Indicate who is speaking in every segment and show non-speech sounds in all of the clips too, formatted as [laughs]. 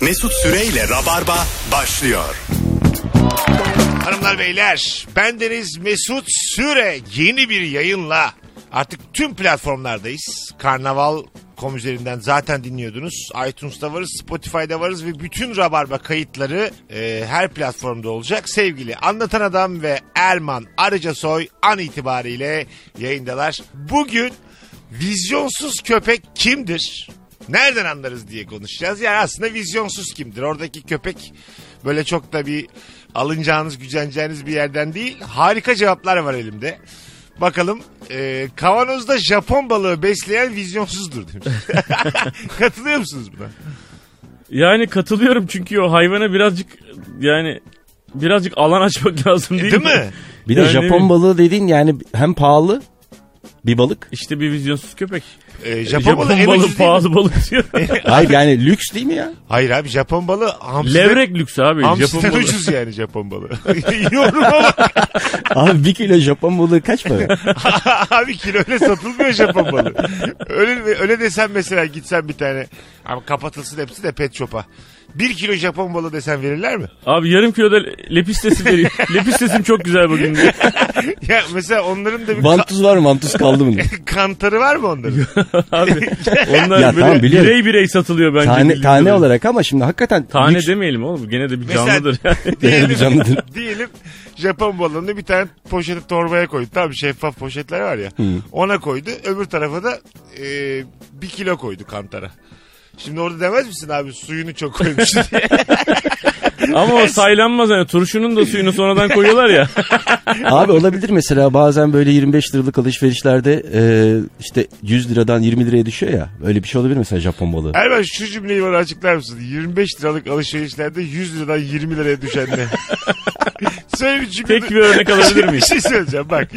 Speaker 1: Mesut Süreyle Rabarba başlıyor.
Speaker 2: Hanımlar beyler bendeniz Mesut Süre yeni bir yayınla artık tüm platformlardayız. Karnaval.com üzerinden zaten dinliyordunuz. iTunes'ta varız, Spotify'da varız ve bütün Rabarba kayıtları e, her platformda olacak. Sevgili Anlatan Adam ve Erman Arıca Soy an itibariyle yayındalar. Bugün vizyonsuz köpek kimdir? Nereden anlarız diye konuşacağız. Yani aslında vizyonsuz kimdir? Oradaki köpek böyle çok da bir alınacağınız, güceneceğiniz bir yerden değil. Harika cevaplar var elimde. Bakalım e, kavanozda Japon balığı besleyen vizyonsuzdur demiş. [laughs] Katılıyor musunuz buna?
Speaker 3: Yani katılıyorum çünkü o hayvana birazcık yani birazcık alan açmak lazım değil,
Speaker 2: Değil mi?
Speaker 4: Bir de
Speaker 3: Yani ne
Speaker 4: Japon
Speaker 3: bileyim.
Speaker 4: balığı dediğin yani hem pahalı bir [laughs] balık.
Speaker 3: İşte bir vizyonsuz köpek.
Speaker 2: E, Japon,
Speaker 3: Japon,
Speaker 2: balığı en
Speaker 3: balığı
Speaker 2: ucuz değil mi?
Speaker 3: pahalı balık
Speaker 2: [laughs]
Speaker 3: diyor.
Speaker 4: Hayır yani lüks değil mi ya?
Speaker 2: Hayır abi Japon balığı hamster,
Speaker 3: Levrek lüks abi. Japon
Speaker 2: hamster
Speaker 3: balığı.
Speaker 2: ucuz yani Japon balığı. [laughs] Yoruma bak.
Speaker 4: Abi bir kilo Japon balığı kaç [laughs] para?
Speaker 2: [laughs] abi kilo öyle satılmıyor Japon balığı. Öyle, öyle desen mesela gitsen bir tane ama kapatılsın hepsi de pet shop'a. Bir kilo Japon balığı desen verirler mi? [laughs]
Speaker 3: Abi yarım kiloda lepistesi veriyor. lepistesim çok güzel
Speaker 2: [laughs]
Speaker 3: bugün diyor.
Speaker 2: Ya mesela onların da bir ka-
Speaker 4: Vantuz var mı? Vantuz kaldı [laughs] mı?
Speaker 2: kantarı var mı onların?
Speaker 3: Abi onlar
Speaker 4: Ya
Speaker 3: böyle
Speaker 4: tamam, biliyorum.
Speaker 3: birey birey satılıyor bence.
Speaker 4: Tane,
Speaker 3: bildiğim
Speaker 4: tane
Speaker 3: kadarıyla.
Speaker 4: olarak ama şimdi hakikaten
Speaker 3: Tane
Speaker 4: lüks
Speaker 3: demeyelim oğlum. Gene de bir
Speaker 2: Mesela- [laughs]
Speaker 3: canlıdır yani.
Speaker 4: değerli canlıdır.
Speaker 2: Diyelim Japon balonunu bir tane poşeti torbaya koydu. Tam şeffaf poşetler var ya. Ona koydu. Öbür tarafa da e, bir kilo koydu kantara. Şimdi orada demez misin abi suyunu çok koymuş diye.
Speaker 3: Ama o saylanmaz yani. Turşunun da suyunu sonradan
Speaker 2: [laughs]
Speaker 3: koyuyorlar ya.
Speaker 4: Abi olabilir mesela bazen böyle 25 liralık alışverişlerde e, işte 100 liradan 20 liraya düşüyor ya. Öyle bir şey olabilir mesela Japon balığı.
Speaker 2: Erman şu cümleyi bana açıklar mısın? 25 liralık alışverişlerde 100 liradan 20 liraya düşen
Speaker 3: [laughs]
Speaker 2: ne? Söyle bir cümle.
Speaker 3: Tek bir örnek
Speaker 2: [laughs]
Speaker 3: alabilir
Speaker 2: bir
Speaker 3: miyiz?
Speaker 2: şey söyleyeceğim bak.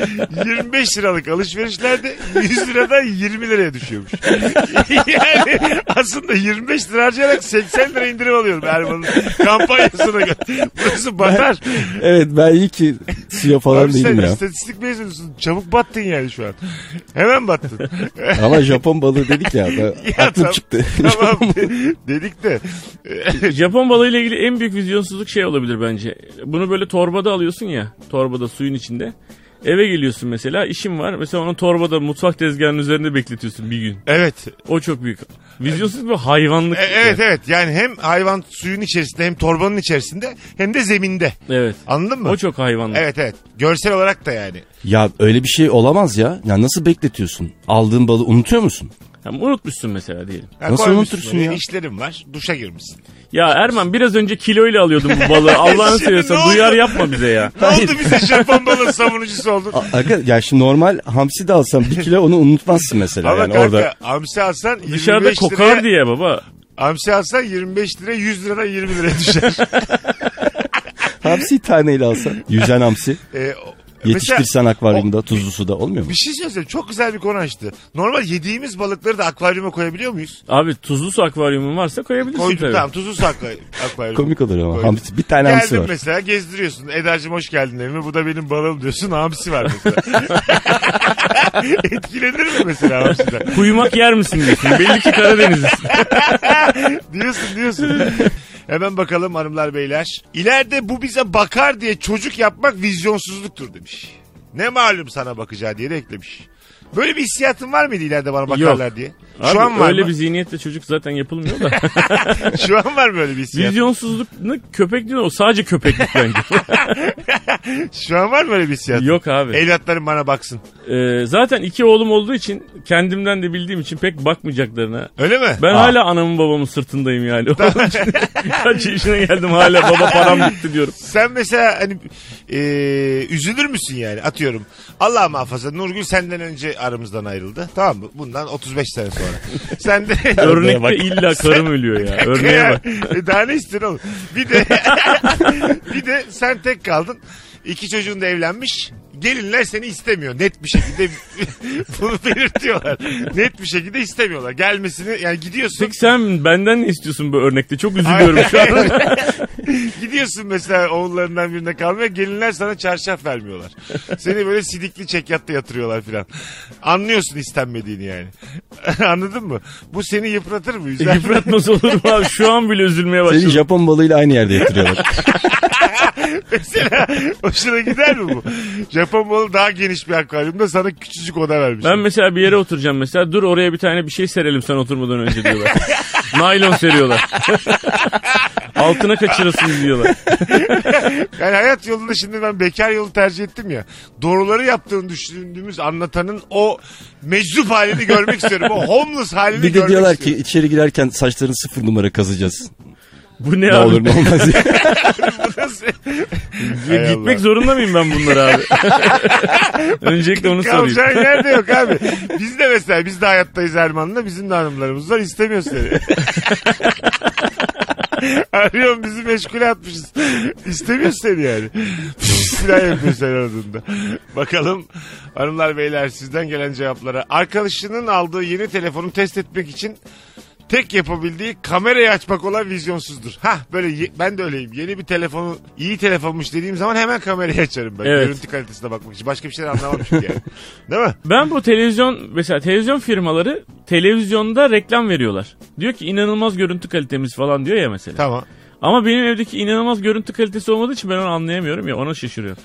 Speaker 2: 25 liralık alışverişlerde 100 liradan 20 liraya düşüyormuş. [laughs] yani aslında 25 lira harcayarak 80 lira indirim alıyorum Erman'ın kampanyasına göre. Burası batar.
Speaker 4: [laughs] Evet ben iyi ki suya falan
Speaker 2: Abi sen
Speaker 4: değilim ya.
Speaker 2: istatistik mezunusun. Çabuk battın yani şu an. Hemen
Speaker 3: [laughs]
Speaker 2: battın.
Speaker 4: Ama Japon balığı dedik [laughs] ya. ben-
Speaker 2: Ya
Speaker 4: aklım
Speaker 2: tam-
Speaker 4: çıktı.
Speaker 2: tamam dedik de.
Speaker 3: Japon balığıyla ilgili en büyük vizyonsuzluk şey olabilir bence. Bunu böyle torbada alıyorsun ya. Torbada suyun içinde. Eve geliyorsun mesela işim var. Mesela onu torbada mutfak tezgahının üzerinde bekletiyorsun bir gün.
Speaker 2: Evet
Speaker 3: O çok büyük. Vizyonsuz bir hayvanlık.
Speaker 2: E- Evet evet yani hem hayvan suyun içerisinde hem torbanın içerisinde hem de zeminde.
Speaker 3: Evet.
Speaker 2: Anladın mı?
Speaker 3: O çok hayvanlık.
Speaker 2: Evet evet. Görsel olarak da yani.
Speaker 4: Ya öyle bir şey olamaz ya. Ya nasıl bekletiyorsun? Aldığın balığı unutuyor musun?
Speaker 3: Yani unutmuşsun mesela diyelim.
Speaker 2: Ha,
Speaker 4: Nasıl
Speaker 2: koymuşsun
Speaker 4: unutursun
Speaker 2: oraya,
Speaker 4: ya?
Speaker 2: İşlerim var. Duşa girmişsin.
Speaker 3: Ya Erman biraz önce kiloyla alıyordum
Speaker 2: [laughs]
Speaker 3: bu balığı. Allah'ını
Speaker 2: Şimdi ne
Speaker 3: seviyorsan
Speaker 2: oldu?
Speaker 3: duyar yapma bize ya.
Speaker 2: Ne
Speaker 4: Hayır.
Speaker 2: oldu bize Japon
Speaker 4: [laughs]
Speaker 2: balığı savunucusu oldun?
Speaker 4: A- Aga, ya şimdi normal hamsi de alsan bir kilo onu unutmazsın mesela.
Speaker 2: Ama
Speaker 4: yani
Speaker 2: kanka
Speaker 4: orada
Speaker 2: hamsi alsan 25
Speaker 3: Dışarıda kokar
Speaker 2: liraya,
Speaker 3: diye baba.
Speaker 2: Hamsi alsan 25 lira 100 liradan 20 liraya düşer.
Speaker 4: [laughs] hamsi taneyle alsan. Yüzen hamsi.
Speaker 2: e, o- mesela-
Speaker 4: Yetiştirsen akvaryumda tuzlu suda olmuyor mu?
Speaker 2: bir şey söyleyeceğim. Çok güzel bir konu açtı. Normal yediğimiz balıkları da akvaryuma koyabiliyor muyuz?
Speaker 3: Abi tuzlu su akvaryumun varsa koyabilirsin
Speaker 2: Koyduk
Speaker 3: tabii.
Speaker 2: tamam tuzlu su
Speaker 4: [laughs]
Speaker 2: akva- akvaryum.
Speaker 4: Komik olur ama.
Speaker 2: Koyduk.
Speaker 4: Hamsi, bir tane hamsi
Speaker 2: Geldin
Speaker 4: var.
Speaker 2: mesela gezdiriyorsun. Eda'cığım hoş geldin evime. Bu da benim balım diyorsun. Hamsi var mesela.
Speaker 3: [laughs]
Speaker 2: Etkilenir mi mesela hamsiden?
Speaker 3: Kuyumak yer misin diyorsun. Belli ki Karadenizlisin.
Speaker 2: diyorsun diyorsun. Hemen bakalım hanımlar beyler. İleride bu bize bakar diye çocuk yapmak vizyonsuzluktur demiş. Ne malum sana bakacağı diye de eklemiş. Böyle bir hissiyatın var mıydı ileride bana bakarlar diye? Şu
Speaker 3: Abi,
Speaker 2: an var
Speaker 3: öyle
Speaker 2: mı?
Speaker 3: bir zihniyetle çocuk zaten yapılmıyor da. [laughs]
Speaker 2: Şu an var mı öyle bir hissiyat?
Speaker 3: Vizyonsuzluk ne köpek değil o sadece köpeklik
Speaker 2: [laughs]
Speaker 3: bence.
Speaker 2: Şu an var mı öyle bir hissiyat?
Speaker 3: Yok abi.
Speaker 2: Evlatlarım bana baksın.
Speaker 3: Ee, zaten iki oğlum olduğu için kendimden de bildiğim için pek bakmayacaklarına.
Speaker 2: Öyle mi?
Speaker 3: Ben
Speaker 4: Aa.
Speaker 3: hala anamın babamın sırtındayım yani. Onun için [laughs] Kaç yaşına geldim hala baba param bitti diyorum.
Speaker 2: Sen mesela hani e, üzülür müsün yani atıyorum. Allah muhafaza Nurgül senden önce aramızdan ayrıldı. Tamam mı? Bundan 35 sene
Speaker 3: [laughs]
Speaker 2: sonra. Sen de
Speaker 3: Örnekte illa karım ölüyor ya. Örneğe bak.
Speaker 2: E, daha ne istiyorsun [laughs] oğlum? Bir de bir de sen tek kaldın. İki çocuğun da evlenmiş. gelinler seni istemiyor. Net bir şekilde [laughs] bunu belirtiyorlar. Net bir şekilde istemiyorlar. Gelmesini yani gidiyorsun.
Speaker 3: Peki sen benden ne istiyorsun bu örnekte? Çok üzülüyorum şu an.
Speaker 4: [laughs]
Speaker 2: gidiyorsun mesela oğullarından birine kalmaya. Gelinler sana çarşaf vermiyorlar. Seni böyle sidikli çekyatta yatırıyorlar filan. Anlıyorsun istenmediğini yani. [laughs] Anladın mı? Bu seni yıpratır mı? Üzer mi?
Speaker 3: Yıpratması olur mu abi? Şu an bile üzülmeye
Speaker 4: Seni
Speaker 3: başladım.
Speaker 4: Japon balığıyla aynı yerde yatırıyorlar.
Speaker 2: [laughs] Mesela hoşuna gider mi bu? Japon balı daha geniş bir akvaryumda sana küçücük oda vermiş.
Speaker 3: Ben mesela bir yere oturacağım mesela. Dur oraya bir tane bir şey serelim sen oturmadan önce diyorlar. Naylon seriyorlar. [laughs] Altına kaçırırsın diyorlar.
Speaker 2: Yani hayat yolunda şimdi ben bekar yolu tercih ettim ya. Doğruları yaptığını düşündüğümüz anlatanın o meczup halini görmek istiyorum. O homeless halini
Speaker 4: Bir de
Speaker 2: görmek
Speaker 4: diyorlar ki
Speaker 2: istiyorum.
Speaker 4: içeri girerken saçlarını sıfır numara kazacağız.
Speaker 3: Bu ne,
Speaker 4: Ne
Speaker 3: abi?
Speaker 4: olur
Speaker 2: [laughs]
Speaker 4: ne olmaz diye.
Speaker 2: Burası-
Speaker 3: Ya
Speaker 2: Hay
Speaker 3: gitmek
Speaker 2: Allah.
Speaker 3: zorunda mıyım ben bunlara abi? Öncelikle onu sorayım.
Speaker 2: Kalacağın yerde yok abi. Biz de mesela biz de hayattayız Erman'la. Bizim de hanımlarımız var. İstemiyor seni. Arıyorum bizi meşgule atmışız. İstemiyor seni yani. Silah yapıyor sen aradığında. Bakalım hanımlar beyler sizden gelen cevaplara. Arkadaşının aldığı yeni telefonu test etmek için tek yapabildiği kamerayı açmak olan vizyonsuzdur. Hah böyle ye- ben de öyleyim. Yeni bir telefonu iyi telefonmuş dediğim zaman hemen kamerayı açarım ben.
Speaker 3: Evet.
Speaker 2: Görüntü kalitesine bakmak için. Başka bir şey anlamam çünkü yani. Değil mi?
Speaker 3: Ben bu televizyon mesela televizyon firmaları televizyonda reklam veriyorlar. Diyor ki inanılmaz görüntü kalitemiz falan diyor ya mesela.
Speaker 2: Tamam.
Speaker 3: Ama benim evdeki inanılmaz görüntü kalitesi olmadığı için ben onu anlayamıyorum ya ona şaşırıyorum.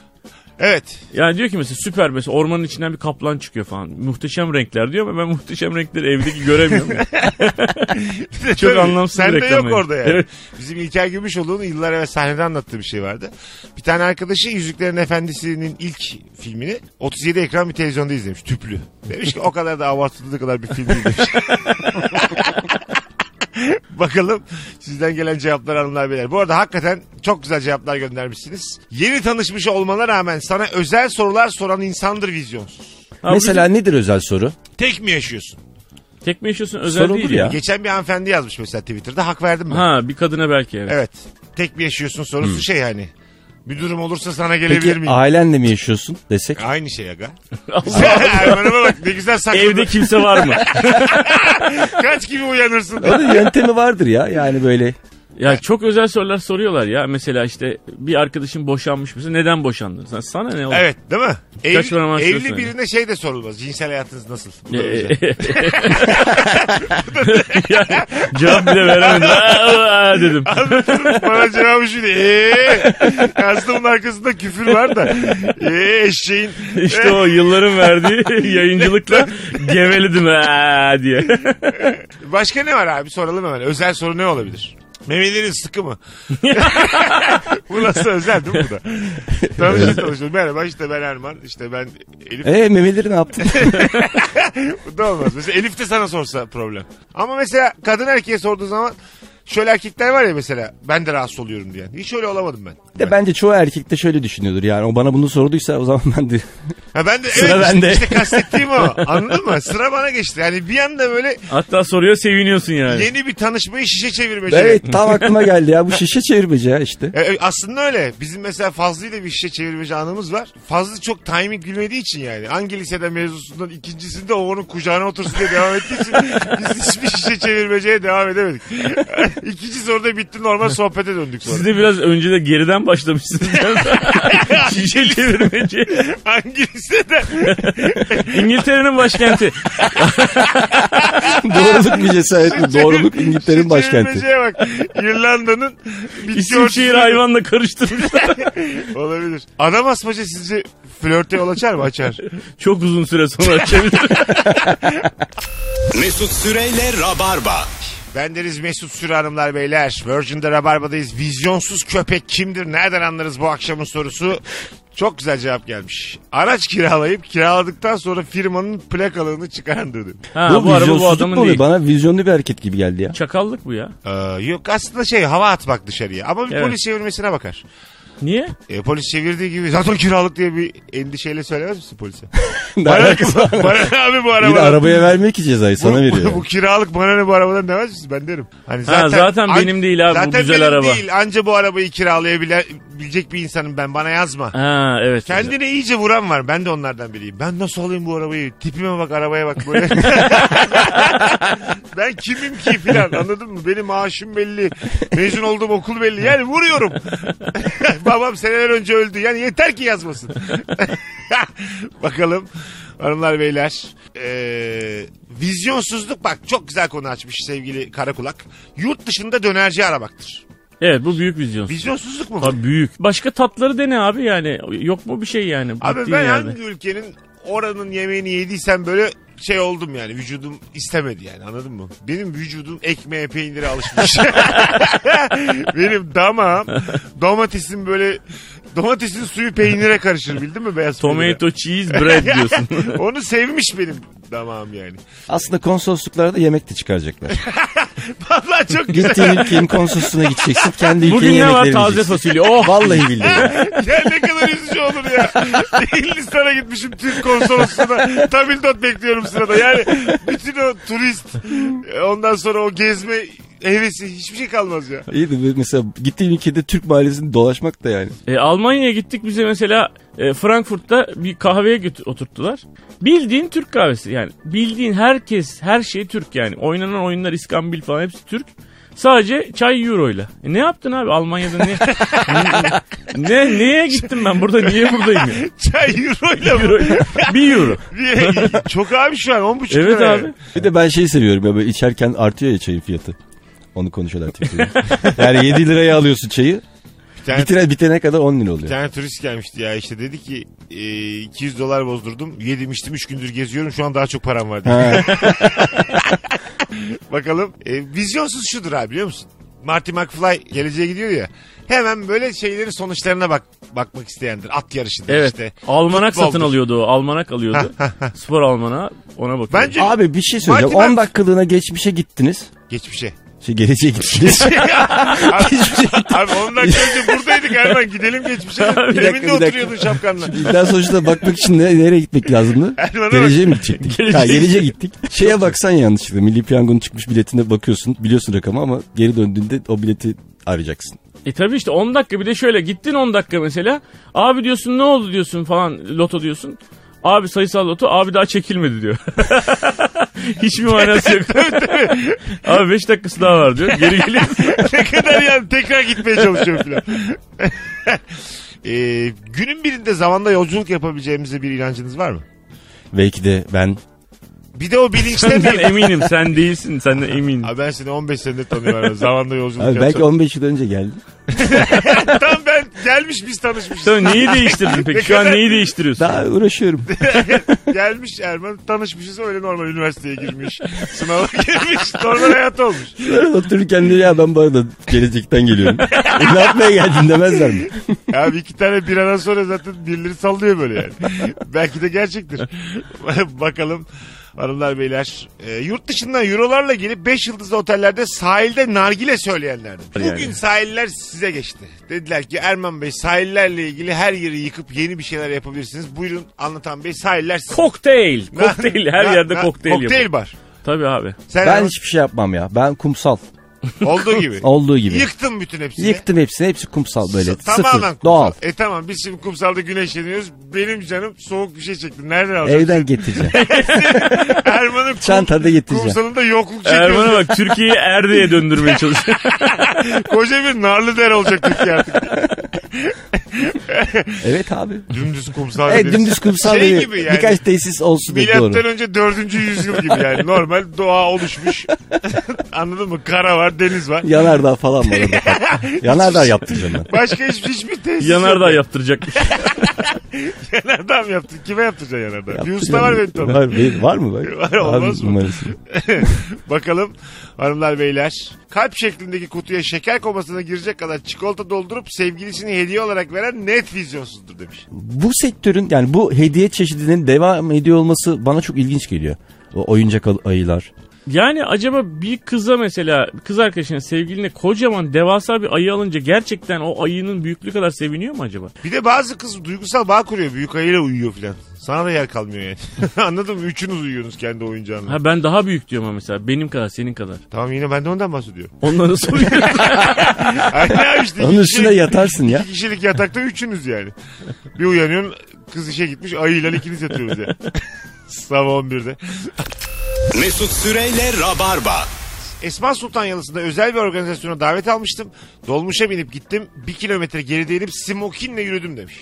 Speaker 2: Evet.
Speaker 3: Yani diyor ki mesela süper mesela ormanın içinden bir kaplan çıkıyor falan. Muhteşem renkler diyor ama ben muhteşem renkleri evdeki göremiyorum. ya. Çok anlamsız bir
Speaker 2: Sen de
Speaker 3: reklam
Speaker 2: yok
Speaker 3: yani.
Speaker 2: orada yani.
Speaker 3: Evet.
Speaker 2: Bizim İlker Gümüşoğlu'nun yıllar evvel sahnede anlattığı bir şey vardı. Bir tane arkadaşı Yüzüklerin Efendisi'nin ilk filmini 37 ekran bir televizyonda izlemiş. Tüplü. Demiş ki o kadar da abartıldığı kadar bir film değil demiş. [laughs] Bakalım sizden gelen cevaplar hanımlar beyler. Bu arada hakikaten çok güzel cevaplar göndermişsiniz. Yeni tanışmış olmana rağmen sana özel sorular soran insandır vizyonsuz.
Speaker 3: Ha,
Speaker 4: Mesela nedir özel soru?
Speaker 2: Tek mi yaşıyorsun?
Speaker 3: bu Tek mi yaşıyorsun özel
Speaker 4: Sorulur
Speaker 3: değil
Speaker 4: ya.
Speaker 3: ya.
Speaker 2: Geçen bir hanımefendi yazmış mesela Twitter'da hak verdim mi?
Speaker 3: Ha bir kadına belki evet.
Speaker 2: Evet. Tek bir yaşıyorsun sorusu şey hani. Bir durum olursa sana gelebilir
Speaker 4: Peki
Speaker 2: miyim?
Speaker 4: ailenle mi yaşıyorsun desek?
Speaker 2: [laughs] Aynı şey aga.
Speaker 3: Allah-
Speaker 2: Erman'ıma bak ne güzel sakladı.
Speaker 3: Evde kimse var mı?
Speaker 2: Kaç gibi uyanırsın.
Speaker 4: Onun yöntemi vardır ya yani böyle.
Speaker 3: Ya çok özel sorular soruyorlar ya. Mesela işte bir arkadaşın boşanmış mısın? Neden boşandın? Sen sana ne oldu?
Speaker 2: Evet değil mi?
Speaker 3: Kaç para
Speaker 2: Evli,
Speaker 3: maaş
Speaker 2: evli
Speaker 3: diyorsun
Speaker 2: birine şey de sorulmaz. Cinsel hayatınız nasıl? [laughs] Bu da güzel.
Speaker 3: [laughs] Yani cevap bile veremedim. Aa, aa dedim.
Speaker 2: Anladın mı? Bana cevabı şuydu. Eee. Aslında bunun arkasında küfür var da. Eee eşeğin.
Speaker 3: İşte o yılların verdiği yayıncılıkla geveledim aa diye.
Speaker 2: Başka ne var abi soralım hemen. Özel soru ne olabilir? Memelerin sıkı mı? bu nasıl özel değil mi bu da? Tanışın tanışın. Merhaba işte ben Erman. İşte ben Elif.
Speaker 4: E memeleri
Speaker 2: [laughs]
Speaker 4: ne yaptın?
Speaker 2: Bu da olmaz. Mesela Elif de sana sorsa problem. Ama mesela kadın erkeğe sorduğu zaman şöyle erkekler var ya mesela ben de rahatsız oluyorum diyen. Hiç öyle olamadım ben.
Speaker 4: Bir de bence çoğu erkek de şöyle düşünüyordur yani o bana bunu sorduysa o zaman ben de
Speaker 2: Ha ben de
Speaker 4: Sıra
Speaker 2: evet, işte-
Speaker 4: bende.
Speaker 2: işte kastettiğim o. Anladın mı? Sıra bana geçti. Yani bir anda böyle
Speaker 3: Hatta soruyor seviniyorsun yani.
Speaker 2: yeni bir tanışmayı şişe çevirmece.
Speaker 4: evet tam aklıma geldi ya bu şişe çevirmeci
Speaker 2: [laughs]
Speaker 4: ya işte.
Speaker 2: E, e, aslında öyle. Bizim mesela Fazlı ile bir şişe çevirmeci anımız var. Fazlı çok timing bilmediği için yani. Hangi liseden mevzusundan ikincisinde o onun kucağına otursun diye devam ettiği için biz hiçbir şişe çevirmeceye devam edemedik. [laughs] İkinci soruda bitti normal sohbete döndük sonra.
Speaker 3: Siz de biraz önce de
Speaker 2: [laughs]
Speaker 3: geriden başlamışsınız. Şişe çevirmeci.
Speaker 2: Hangi liseden?
Speaker 3: İngiltere'nin başkenti.
Speaker 4: Doğruluk mu cesaret mi? [laughs] Doğruluk İngiltere'nin
Speaker 2: Şişe
Speaker 4: başkenti. şey-
Speaker 2: çevirmeceye bak. İrlanda'nın bitki
Speaker 3: İsimşehir
Speaker 2: örtüsü-
Speaker 3: hayvanla karıştırmışlar.
Speaker 2: Olabilir. Adam asmaca sizce flörte yol açar mı? Açar. [laughs]
Speaker 3: Çok uzun süre sonra çevir.
Speaker 1: Mesut Süreyle Rabarba.
Speaker 2: Bendeniz Mesut Süre hanımlar beyler. Virgin'de Rabarba'dayız. Vizyonsuz köpek kimdir? Nereden anlarız bu akşamın sorusu? Çok güzel cevap gelmiş. Araç kiralayıp kiraladıktan sonra firmanın plakalığını çıkaran dedi.
Speaker 3: Ha,
Speaker 4: Bu,
Speaker 3: bu, araba bu
Speaker 4: vizyonsuzluk mu
Speaker 3: adamın
Speaker 4: oluyor?
Speaker 3: değil.
Speaker 4: Bana vizyonlu bir hareket gibi geldi ya.
Speaker 3: Çakallık bu ya.
Speaker 2: Ee, yok aslında şey hava atmak dışarıya. Ama bir
Speaker 3: Evet.
Speaker 2: polis çevirmesine bakar.
Speaker 3: Niye?
Speaker 2: E, polis çevirdiği gibi zaten kiralık diye bir endişeyle söylemez misin polise?
Speaker 4: Ne [laughs]
Speaker 2: Bana,
Speaker 4: alakası var?
Speaker 2: bana ne abi bu
Speaker 4: Bir de
Speaker 2: araba?
Speaker 4: arabaya vermiyor ki cezayı sana
Speaker 2: bu,
Speaker 4: veriyor.
Speaker 2: bu, bu kiralık bana ne bu arabadan demez misin? Ben derim. Hani
Speaker 3: zaten benim değil abi, bu
Speaker 2: zaten
Speaker 3: güzel
Speaker 2: benim
Speaker 3: araba.
Speaker 2: değil. Anca bu arabayı kiralayabilen bilecek bir insanım ben bana yazma.
Speaker 3: Ha evet.
Speaker 2: Kendine iyice vuran var. Ben de onlardan biriyim. Ben nasıl alayım bu arabayı? Tipime bak, arabaya bak böyle. ben kimim ki filan anladın mı? Benim maaşım belli. Mezun olduğum okul belli. Yani vuruyorum. [laughs] Babam seneler önce öldü. Yani yeter ki yazmasın. [laughs] Bakalım hanımlar beyler. Ee, vizyonsuzluk bak çok güzel konu açmış sevgili Karakulak. Yurt dışında dönerci aramaktır.
Speaker 3: Evet bu büyük vizyonsuzluk.
Speaker 2: Vizyonsuzluk mu?
Speaker 3: Tabii büyük. Başka tatları dene abi yani. Yok mu bir şey yani?
Speaker 2: Abi
Speaker 3: Gittiğin
Speaker 2: ben
Speaker 3: yerde.
Speaker 2: hangi ülkenin oranın yemeğini yediysem böyle şey oldum yani vücudum istemedi yani anladın mı? Benim vücudum ekmeğe peynire alışmış. [laughs] Benim damağım domatesin böyle domatesin suyu peynire karışır bildin mi beyaz peynire?
Speaker 3: Tomato cheese bread [laughs] diyorsun.
Speaker 2: Onu sevmiş benim damağım yani. [laughs]
Speaker 4: Aslında konsolosluklarda yemek de çıkaracaklar.
Speaker 2: Vallahi çok güzel.
Speaker 4: Gittiğin ülkenin
Speaker 2: [laughs]
Speaker 4: konsolosluğuna gideceksin. Kendi ülkenin
Speaker 3: Bugün ne
Speaker 4: yemeklerini
Speaker 3: var taze
Speaker 4: yiyeceksin.
Speaker 3: fasulye? [laughs] Oh.
Speaker 4: Vallahi billahi.
Speaker 2: ya ne kadar üzücü olur ya. Hindistan'a gitmişim Türk konsolosluğuna. Tabildot bekliyorum sırada. Yani bütün o turist ondan sonra o gezme hevesi hiçbir şey kalmaz ya.
Speaker 4: İyi de mesela gittiğin ülkede Türk mahallesinde dolaşmak da yani.
Speaker 3: E, Almanya'ya gittik bize mesela e, Frankfurt'ta bir kahveye götü- oturttular. Bildiğin Türk kahvesi yani. Bildiğin herkes her şey Türk yani. Oynanan oyunlar iskambil falan hepsi Türk. Sadece çay euroyla. E, ne yaptın abi Almanya'da ne? [laughs] ne neye gittim ben burada niye buradayım ya?
Speaker 2: Çay euroyla mı?
Speaker 3: Euroyla.
Speaker 2: [laughs]
Speaker 3: bir euro.
Speaker 2: Niye? Çok abi şu an 10,5 lira.
Speaker 3: Evet
Speaker 2: ya.
Speaker 3: abi.
Speaker 4: Bir de ben şeyi seviyorum ya böyle içerken artıyor ya çayın fiyatı. Onu konuşuyorlar Twitter'da.
Speaker 2: [laughs]
Speaker 4: yani 7 liraya alıyorsun çayı.
Speaker 2: Bir tane,
Speaker 4: Bitire, bitene kadar 10 lira
Speaker 2: bir
Speaker 4: oluyor.
Speaker 2: tane turist gelmişti ya işte dedi ki e, 200 dolar bozdurdum. Yedim içtim 3 gündür geziyorum şu an daha çok param var diye.
Speaker 4: Ha.
Speaker 2: [laughs] Bakalım. E, vizyonsuz şudur abi biliyor musun? Marty McFly geleceğe gidiyor ya. Hemen böyle şeylerin sonuçlarına bak bakmak isteyendir. At yarışıdır
Speaker 3: Evet.
Speaker 2: işte.
Speaker 3: Almanak satın
Speaker 2: Futboldur.
Speaker 3: alıyordu o.
Speaker 2: [laughs]
Speaker 3: Almanak alıyordu. Spor almanağı ona bakıyordu.
Speaker 2: Bence
Speaker 4: Abi bir şey söyleyeceğim.
Speaker 2: Martin
Speaker 4: 10 dakikalığına geçmişe gittiniz. [laughs]
Speaker 2: geçmişe.
Speaker 4: Şey geleceğe gittiniz.
Speaker 2: abi,
Speaker 4: Geçmişe gittiniz.
Speaker 2: abi 10 dakika önce buradaydık hemen gidelim geçmişe.
Speaker 4: dakika,
Speaker 2: Demin de
Speaker 4: şey- bir dakika.
Speaker 2: oturuyordun şapkanla.
Speaker 4: İddia sonucuna bakmak için ne- nereye gitmek lazımdı?
Speaker 2: [laughs] Erman'a
Speaker 4: Geleceğe mi gidecektik?
Speaker 3: Geleceğe
Speaker 4: Ha, geleceğe gittik. Şeye baksan yanlışlıkla. Milli Piyango'nun çıkmış biletine bakıyorsun. Biliyorsun rakamı ama geri döndüğünde o bileti arayacaksın.
Speaker 3: E tabii işte 10 dakika bir de şöyle gittin 10 dakika mesela. Abi diyorsun ne oldu diyorsun falan loto diyorsun. Abi sayısal loto abi daha çekilmedi diyor. [laughs] Hiçbir manası yok. abi 5 dakikası daha var diyor. Geri geliyor.
Speaker 2: ne kadar yani tekrar gitmeye çalışıyorum filan. [laughs] Ee, günün birinde zamanda yolculuk yapabileceğimize bir inancınız var mı?
Speaker 4: Belki de ben
Speaker 2: Bir de o bilinçte
Speaker 3: ben
Speaker 2: mi?
Speaker 3: eminim sen değilsin sen de eminim.
Speaker 2: Abi ben seni 15 senedir tanıyorum. Zamanda yolculuk
Speaker 4: Abi belki
Speaker 2: yapacağım.
Speaker 4: 15 yıl önce geldi.
Speaker 2: Tam ben gelmiş biz tanışmışız.
Speaker 3: Tabii neyi değiştirdin peki? Şu an neyi değiştiriyorsun?
Speaker 4: Daha uğraşıyorum.
Speaker 2: Gelmiş Erman tanışmışız öyle normal üniversiteye girmiş. Sınava [laughs] girmiş. Normal hayat olmuş.
Speaker 4: Sonra otururken diyor ya ben bu arada gelecekten geliyorum. E, ne yapmaya geldin demezler mi?
Speaker 2: Abi iki tane biradan sonra zaten birileri sallıyor böyle yani. Belki de gerçektir.
Speaker 3: [laughs]
Speaker 2: Bakalım hanımlar beyler. Ee, yurt dışından eurolarla gelip 5 yıldızlı otellerde sahilde nargile söyleyenlerdi.
Speaker 3: Yani.
Speaker 2: Bugün sahiller size geçti. Dediler ki Erman Bey sahillerle ilgili her yeri yıkıp yeni bir şeyler yapabilirsiniz. Buyurun anlatan Bey sahiller size.
Speaker 3: Kokteyl. Kokteyl. Her
Speaker 2: Na-
Speaker 3: yerde
Speaker 2: na-
Speaker 3: kokteyl yapıyor.
Speaker 2: Kokteyl bar.
Speaker 3: Tabii abi.
Speaker 2: Sen
Speaker 4: Ben
Speaker 2: Erman,
Speaker 4: hiçbir şey yapmam ya. Ben kumsal.
Speaker 2: olduğu
Speaker 3: [laughs]
Speaker 2: gibi.
Speaker 4: Olduğu gibi.
Speaker 2: Yıktın bütün hepsini.
Speaker 4: Yıktım hepsini. Hepsi kumsal böyle.
Speaker 2: Tamamen
Speaker 4: Sıfır.
Speaker 2: kumsal.
Speaker 4: Doğal.
Speaker 2: E tamam biz şimdi kumsalda güneşleniyoruz. Benim canım soğuk bir şey çekti. Nereden alacağım?
Speaker 4: Evden getireceğim.
Speaker 2: [laughs] Erman'ın kum-
Speaker 4: Çantada getireceğim.
Speaker 2: kumsalında yokluk çekiyor.
Speaker 3: Erman'a bak Türkiye'yi Erde'ye döndürmeye çalışıyor.
Speaker 2: Koca bir narlı der olacak Türkiye
Speaker 4: [laughs]
Speaker 2: artık.
Speaker 4: Evet abi.
Speaker 2: Dümdüz kumsal.
Speaker 4: Evet
Speaker 2: deriz.
Speaker 4: dümdüz kumsal
Speaker 2: şey
Speaker 4: gibi.
Speaker 2: gibi yani.
Speaker 4: Birkaç tesis olsun da doğru.
Speaker 2: Milattan önce 4. yüzyıl gibi yani. Normal doğa
Speaker 4: [laughs]
Speaker 2: oluşmuş. Anladın mı? Kara var, deniz var.
Speaker 4: Yanardağ falan var orada.
Speaker 2: [laughs]
Speaker 4: Yanardağ yaptıracağım ben.
Speaker 2: Başka hiçbir, hiçbir tesis [laughs]
Speaker 3: Yanardağ
Speaker 2: yok.
Speaker 3: yaptıracakmış.
Speaker 2: Yanardağ mı yaptın? Kime yaptıracaksın yanardağ? Bir usta
Speaker 4: Yaptıracağım.
Speaker 2: var benim tanıdığım.
Speaker 4: Var, benim- var mı? Var,
Speaker 2: Var, olmaz
Speaker 4: Abi
Speaker 2: mı?
Speaker 4: numarası.
Speaker 2: Bakalım hanımlar beyler. Kalp şeklindeki kutuya şeker komasına girecek kadar çikolata doldurup sevgilisini hediye olarak veren net vizyonsuzdur demiş.
Speaker 4: Bu sektörün yani bu hediye çeşidinin devam ediyor olması bana çok ilginç geliyor. O oyuncak al- ayılar.
Speaker 3: Yani acaba bir kıza mesela kız arkadaşına sevgiline kocaman devasa bir ayı alınca gerçekten o ayının büyüklüğü kadar seviniyor mu acaba?
Speaker 2: Bir de bazı kız duygusal bağ kuruyor. Büyük ayıyla uyuyor filan. Sana da yer kalmıyor yani. [laughs] Anladın mı? Üçünüz uyuyorsunuz kendi oyuncağınla.
Speaker 3: Ha ben daha büyük diyorum ama mesela benim kadar senin kadar.
Speaker 2: [laughs] Tamam yine ben de ondan bahsediyorum.
Speaker 3: Onları [laughs] soruyorum.
Speaker 2: Aynen işte.
Speaker 4: Onun
Speaker 2: iki
Speaker 4: üstüne
Speaker 2: kişilik-
Speaker 4: yatarsın ya.
Speaker 2: iki kişilik yatakta üçünüz yani. Bir uyanıyorsun kız işe gitmiş ayıyla ikiniz yatıyoruz
Speaker 4: [laughs]
Speaker 2: yani. Sabah 11'de.
Speaker 1: Mesut Süreyle Rabarba.
Speaker 2: Esma Sultan Yalısı'nda özel bir organizasyona davet almıştım. Dolmuşa binip gittim. Bir kilometre geride inip smokinle yürüdüm demiş.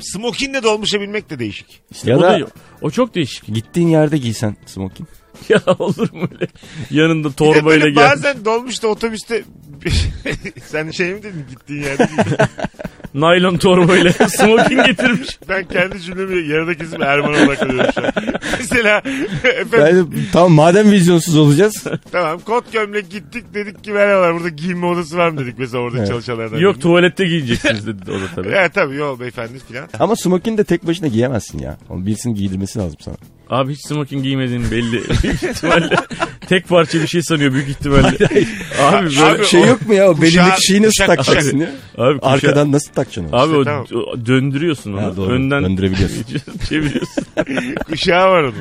Speaker 2: Smokinle dolmuşa binmek de değişik.
Speaker 3: İşte
Speaker 4: Ya
Speaker 3: o da
Speaker 4: da-
Speaker 3: yok. O çok değişik. [laughs]
Speaker 4: Gittiğin yerde giysen smoking.
Speaker 3: ya olur mu öyle? Yanında
Speaker 2: Bir de
Speaker 3: torbayla
Speaker 2: böyle [laughs]
Speaker 3: gel.
Speaker 2: Bazen dolmuşta otobüste [laughs] sen şey mi dedin gittiğin yerde [laughs]
Speaker 3: Naylon torbayla smoking getirmiş.
Speaker 2: Ben kendi cümlemi yarıda kesip Erman'a bırakıyorum şu an. [laughs] Mesela efendim
Speaker 4: Ben de- tamam madem vizyonsuz olacağız. [laughs]
Speaker 2: tamam kot gömlek gittik dedik ki merhabalar burada giyinme odası var mı dedik mesela orada çalışanlardan.
Speaker 3: Yok
Speaker 2: birine.
Speaker 3: tuvalette giyeceksiniz dedi o da tabii.
Speaker 2: Evet tabii yok beyefendi filan.
Speaker 4: Ama smoking de tek başına giyemezsin ya. Onu birisinin giydirmesi lazım sana.
Speaker 3: Abi hiç smoking giymediğin belli.
Speaker 2: [laughs]
Speaker 3: Büyük ihtimalle tek parça bir şey sanıyor büyük ihtimalle. abi böyle...
Speaker 2: Abi
Speaker 4: şey
Speaker 2: o-
Speaker 4: yok mu ya? O
Speaker 2: kuşağı-
Speaker 4: belindeki şeyi nasıl
Speaker 2: kuşak-
Speaker 4: takacaksın ya?
Speaker 3: Abi kuşağı-
Speaker 4: Arkadan nasıl takacaksın onu?
Speaker 3: Abi o,
Speaker 2: tamam.
Speaker 3: o- döndürüyorsun onu.
Speaker 4: Ha, doğru.
Speaker 2: [laughs]
Speaker 3: Önden
Speaker 4: Döndürebiliyorsun.
Speaker 3: çeviriyorsun.
Speaker 2: Kuşağı var onun.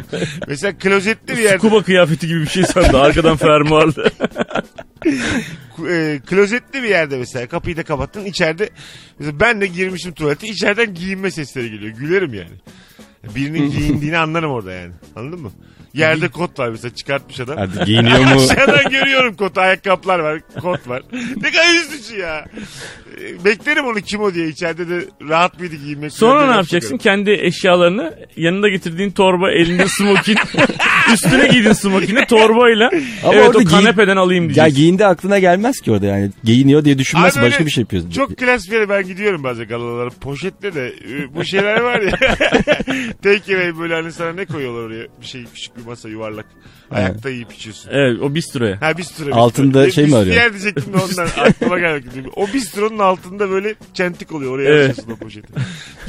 Speaker 2: Mesela klozetli bir yerde
Speaker 3: Kuba kıyafeti gibi bir şey sandı. Arkadan fermuarlı.
Speaker 2: ku- e, klozetli bir yerde mesela kapıyı da kapattın içeride mesela ben de girmişim tuvalete içeriden giyinme sesleri geliyor gülerim yani. Birinin giyindiğini anlarım orada yani anladın mı? Yerde kot var mesela çıkartmış adam.
Speaker 4: Artık giyiniyor mu?
Speaker 2: Aşağıdan görüyorum kotu. Ayakkabılar var. Kot var. Ne kadar üzücü ya. Ee, Beklerim onu kim o diye. içeride de rahat mıydı giyinmek.
Speaker 3: Sonra
Speaker 2: Yok,
Speaker 3: ne yapacaksın?
Speaker 2: yok.
Speaker 3: Kendi eşyalarını yanında getirdiğin torba, elinde smokin. [laughs] üstüne giydin smokini torbayla.
Speaker 4: Ama
Speaker 3: evet o
Speaker 4: orada giy-
Speaker 3: kanepeden alayım
Speaker 4: ya
Speaker 3: diyeceksin.
Speaker 4: giyindi aklına gelmez ki orada yani. Giyiniyor diye
Speaker 2: Abi
Speaker 4: düşünmez
Speaker 2: öyle
Speaker 4: başka bir şey yapıyorsun. [laughs]
Speaker 2: Çok klas bir yere ben gidiyorum bazen galalara. Poşetle de e, bu şeyler var ya.
Speaker 4: [laughs]
Speaker 2: Take away böyle hani sana ne koyuyorlar oraya? Bir şey küçük bir masa yuvarlak. Ayakta yiyip içiyorsun.
Speaker 3: Evet o bistroya.
Speaker 2: Ha bistro. bistro.
Speaker 4: Altında
Speaker 2: E,
Speaker 4: şey mi
Speaker 2: bistro
Speaker 4: arıyor?
Speaker 2: Yer diyecektim de
Speaker 4: [laughs]
Speaker 2: ondan aklıma geldi. O bistronun altında böyle çentik oluyor. Oraya
Speaker 3: Evet.
Speaker 2: açıyorsun o poşeti.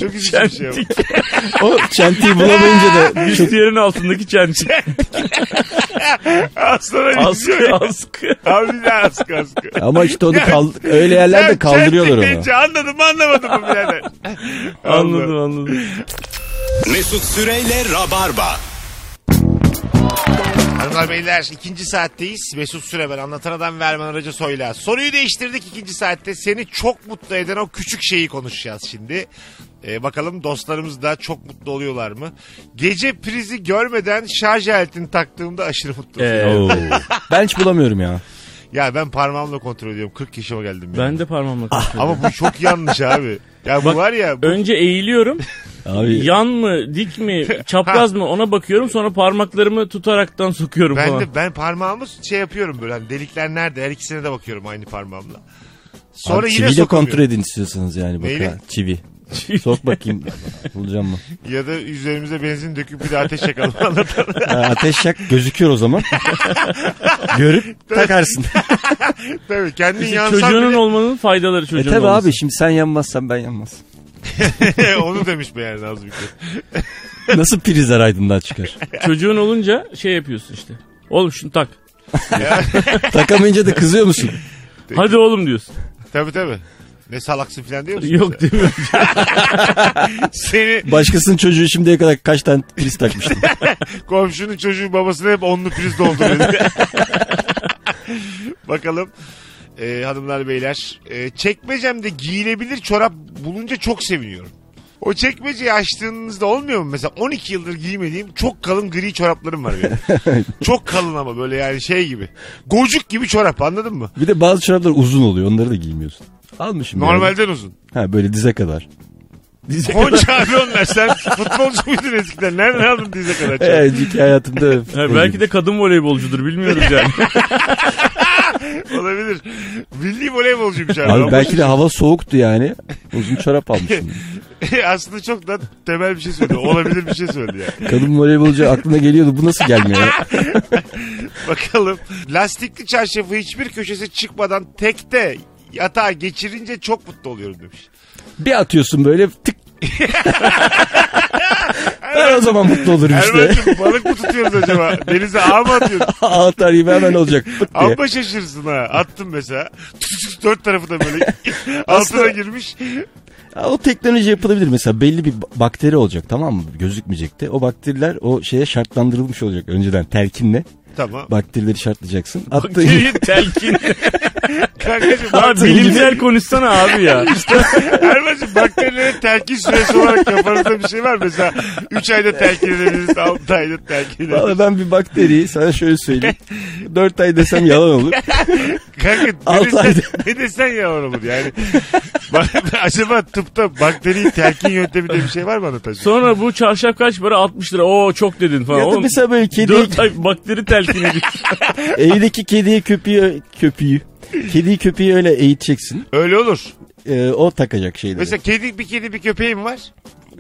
Speaker 2: Çok üzücü bir şey ama.
Speaker 4: o çentiyi
Speaker 2: [laughs]
Speaker 4: bulamayınca da
Speaker 3: Bistiyerin altındaki çençik.
Speaker 2: Aslana
Speaker 3: Askı
Speaker 2: benziyor.
Speaker 3: askı.
Speaker 2: Abi ne askı askı.
Speaker 4: ama işte onu
Speaker 2: Ya-
Speaker 4: kal- öyle yerlerde
Speaker 2: Ya
Speaker 4: kaldırıyorlar
Speaker 2: çentik
Speaker 4: onu.
Speaker 2: deyince Anladım mı anlamadım mı birader?
Speaker 3: Anladım anladım.
Speaker 1: Mesut Süreyle Rabarba.
Speaker 2: Hanımlar beyler ikinci saatteyiz. Mesut Süre ben anlatan adam Verman Aracı Soyla. Soruyu değiştirdik ikinci saatte. Seni çok mutlu eden o küçük şeyi konuşacağız şimdi. Ee, bakalım dostlarımız da çok mutlu oluyorlar mı? Gece prizi görmeden şarj aletini taktığımda aşırı mutlu oluyorum.
Speaker 3: Ee,
Speaker 2: [laughs]
Speaker 4: Ben hiç bulamıyorum ya.
Speaker 2: Ya ben parmağımla kontrol ediyorum. 40 yaşıma geldim. ya.
Speaker 3: ben de parmağımla konuşuyorum.
Speaker 2: Ama bu çok yanlış abi. Ya bu
Speaker 3: Bak,
Speaker 2: var ya. bu-
Speaker 3: Önce eğiliyorum.
Speaker 2: [laughs]
Speaker 4: Abi
Speaker 3: Yan mı, dik mi, çapraz mı ona bakıyorum. Sonra parmaklarımı tutaraktan sokuyorum
Speaker 2: Ben
Speaker 3: falan.
Speaker 2: de ben parmağımı şey yapıyorum böyle hani delikler nerede her ikisine de bakıyorum aynı parmağımla. Sonra
Speaker 4: abi,
Speaker 2: yine
Speaker 4: çiviyle
Speaker 2: sokamıyorum.
Speaker 4: kontrol edin istiyorsanız yani. Bak
Speaker 2: Neyle?
Speaker 4: ha, çivi. Sok bakayım bulacağım mı?
Speaker 2: Ya da üzerimize benzin döküp bir de ateş yakalım [laughs] anlatalım.
Speaker 4: Ha, ateş yak gözüküyor o zaman. Görüp takarsın.
Speaker 2: Tabii kendin
Speaker 3: İşte
Speaker 2: yansan
Speaker 3: çocuğunun
Speaker 2: bile
Speaker 3: olmanın faydaları
Speaker 4: e
Speaker 3: çocuğun
Speaker 4: tabi
Speaker 3: olması.
Speaker 4: abi şimdi sen yanmazsan ben yanmaz.
Speaker 2: [laughs] onu demiş be yani az bir şey. kere.
Speaker 4: Nasıl prizler aydınlığa çıkar?
Speaker 3: Çocuğun olunca şey yapıyorsun işte. Oğlum şunu tak.
Speaker 4: Takamayınca da kızıyor musun?
Speaker 3: Hadi oğlum diyorsun.
Speaker 2: Tabii tabii. Ne salaksın falan diyor musun?
Speaker 3: Yok demiyorum.
Speaker 2: Seni
Speaker 4: Başkasının çocuğu şimdiye kadar kaç tane priz takmıştı?
Speaker 2: komşunun çocuğu babasına hep onlu priz dolduruyor. [laughs] Bakalım. Ee, hanımlar beyler ee, çekmecemde giyilebilir çorap bulunca çok seviniyorum. O çekmeceyi açtığınızda olmuyor mu? Mesela 12 yıldır giymediğim çok kalın gri çoraplarım var
Speaker 3: [laughs]
Speaker 2: benim. çok kalın ama böyle yani şey gibi. Gocuk gibi çorap anladın mı?
Speaker 4: Bir de bazı çoraplar uzun oluyor onları da giymiyorsun. Almışım yani.
Speaker 2: Normalden uzun. [laughs]
Speaker 4: Ha böyle dize kadar.
Speaker 3: Dize
Speaker 2: Konca abi onlar. Sen futbolcu muydun eskiden? Nereden aldın dize kadar çorap?
Speaker 4: Evet ilk hayatımda.
Speaker 3: Ha, belki de kadın voleybolcudur bilmiyoruz yani.
Speaker 2: Olabilir. Milli voleybolcuymuş abi.
Speaker 4: Abi belki de hava soğuktu yani. Uzun çorap almışım.
Speaker 2: [laughs] Aslında çok da temel bir şey söyledi. Olabilir bir şey söyledi yani.
Speaker 4: Kadın voleybolcu aklına geliyordu. Bu nasıl gelmiyor? ya?
Speaker 2: Bakalım. Lastikli çarşafı hiçbir köşesi çıkmadan tekte yatağa geçirince çok mutlu oluyorum demiş.
Speaker 4: Bir atıyorsun böyle
Speaker 3: [laughs]
Speaker 4: tık. ben o zaman mutlu olurum [laughs] işte.
Speaker 2: Erman'cığım balık mı tutuyoruz acaba?
Speaker 4: [laughs]
Speaker 2: Denize ağ mı atıyoruz?
Speaker 4: Ağ tarihi hemen olacak. Fıt diye.
Speaker 2: Amma şaşırsın ha. Attım mesela. Dört tarafı da böyle altına
Speaker 4: Aslında-
Speaker 2: girmiş.
Speaker 4: Ya O teknoloji yapılabilir mesela belli bir ba- bakteri olacak tamam mı gözükmeyecek de o bakteriler o şeye şartlandırılmış olacak önceden telkinle
Speaker 2: Tamam.
Speaker 4: Bakterileri şartlayacaksın. Attığın,
Speaker 3: Bakteriyi Şey, telkin.
Speaker 2: Kankacığım bak,
Speaker 3: abi bilimsel konuşsana abi ya.
Speaker 2: Erman'cığım bakterilerin telkin süresi olarak kafanızda bir şey var mı? Mesela 3 ayda telkin edebiliriz, 6 ayda telkin edebiliriz.
Speaker 4: Valla ben bir bakteriyi sana şöyle söyleyeyim. 4 ay desem yalan
Speaker 3: [laughs]
Speaker 4: olur.
Speaker 2: Kanka ne
Speaker 4: Altı
Speaker 2: desen,
Speaker 4: ayda.
Speaker 2: ne desen yalan olur yani. Bak- Acaba tıpta bakteriyi telkin yöntemi diye bir şey var mı anlatacak?
Speaker 3: Sonra bu çarşaf kaç para? 60 lira. Oo çok dedin falan.
Speaker 4: ya da
Speaker 3: Oğlum,
Speaker 4: mesela böyle kedi,
Speaker 3: 4 ay bakteri telkin edin.
Speaker 4: evdeki kediye köpüğü, köpüğü. Kediyi köpeği öyle eğiteceksin.
Speaker 2: Öyle olur.
Speaker 4: Ee, o takacak şeyleri.
Speaker 2: Mesela kedi bir kedi bir köpeğim var.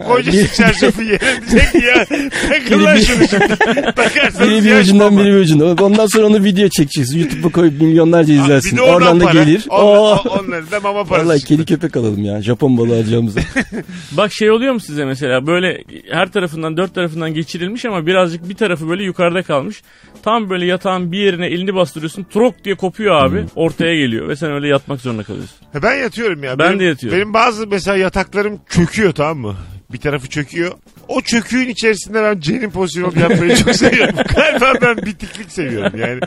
Speaker 2: Koyacaksın çarşafı yere diyecek ki ya. Takın lan
Speaker 4: bir-
Speaker 2: şunu şimdi. Takarsanız
Speaker 4: biri bir
Speaker 2: yaş
Speaker 4: ucundan
Speaker 2: baba.
Speaker 4: biri bir ucundan. Ondan sonra onu video çekeceksin. YouTube'a koyup milyonlarca
Speaker 2: Ha,
Speaker 4: izlersin.
Speaker 2: bir de
Speaker 4: Oradan da
Speaker 2: para.
Speaker 4: gelir.
Speaker 2: Onlar-
Speaker 4: Oo.
Speaker 2: o-
Speaker 4: [laughs]
Speaker 2: Onların da mama parası.
Speaker 4: Vallahi
Speaker 2: çıktı.
Speaker 4: kedi köpek alalım ya. Japon
Speaker 2: [laughs]
Speaker 4: balığı alacağımıza.
Speaker 3: [laughs] Bak şey oluyor mu size mesela böyle her tarafından dört tarafından geçirilmiş ama birazcık bir tarafı böyle yukarıda kalmış. Tam böyle yatağın bir yerine elini bastırıyorsun trok diye kopuyor abi ortaya geliyor ve sen öyle yatmak zorunda kalıyorsun.
Speaker 2: Ha, Ben yatıyorum ya.
Speaker 3: Ben
Speaker 2: Benim-
Speaker 3: de yatıyorum.
Speaker 2: Benim bazı mesela yataklarım çöküyor tamam mı? Bir tarafı çöküyor. O çöküğün içerisinde ben cenin pozisyonu yapmayı çok
Speaker 3: [laughs]
Speaker 2: seviyorum. Galiba ben bitiklik seviyorum yani.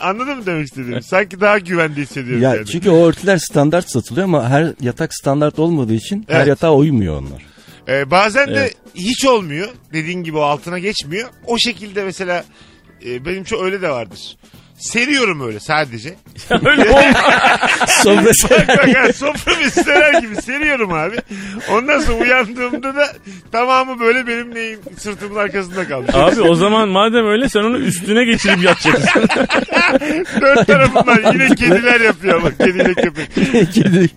Speaker 2: [laughs] Anladın mı demek istediğimi? Sanki daha güvende hissediyorum
Speaker 4: ya
Speaker 2: yani.
Speaker 4: çünkü o örtüler standart satılıyor ama her yatak standart olmadığı için her
Speaker 2: Evet.
Speaker 4: yatağa
Speaker 2: [laughs]
Speaker 4: uymuyor onlar.
Speaker 2: Ee, bazen de
Speaker 3: Evet.
Speaker 2: hiç olmuyor. Dediğin gibi o altına geçmiyor. O şekilde mesela e, benim çok öyle de vardır. Seriyorum öyle sadece.
Speaker 3: öyle olmaz.
Speaker 4: Sonra sen-
Speaker 2: [laughs] Bak ha, sofra bir serer gibi seriyorum abi. Ondan sonra uyandığımda da tamamı böyle benim neyim sırtımın arkasında kalmış.
Speaker 3: abi o zaman madem öyle sen onu üstüne geçirip yatacaksın.
Speaker 4: [laughs]
Speaker 2: Dört tarafından yine kediler yapıyor bak kediyle köpek.
Speaker 4: kedi.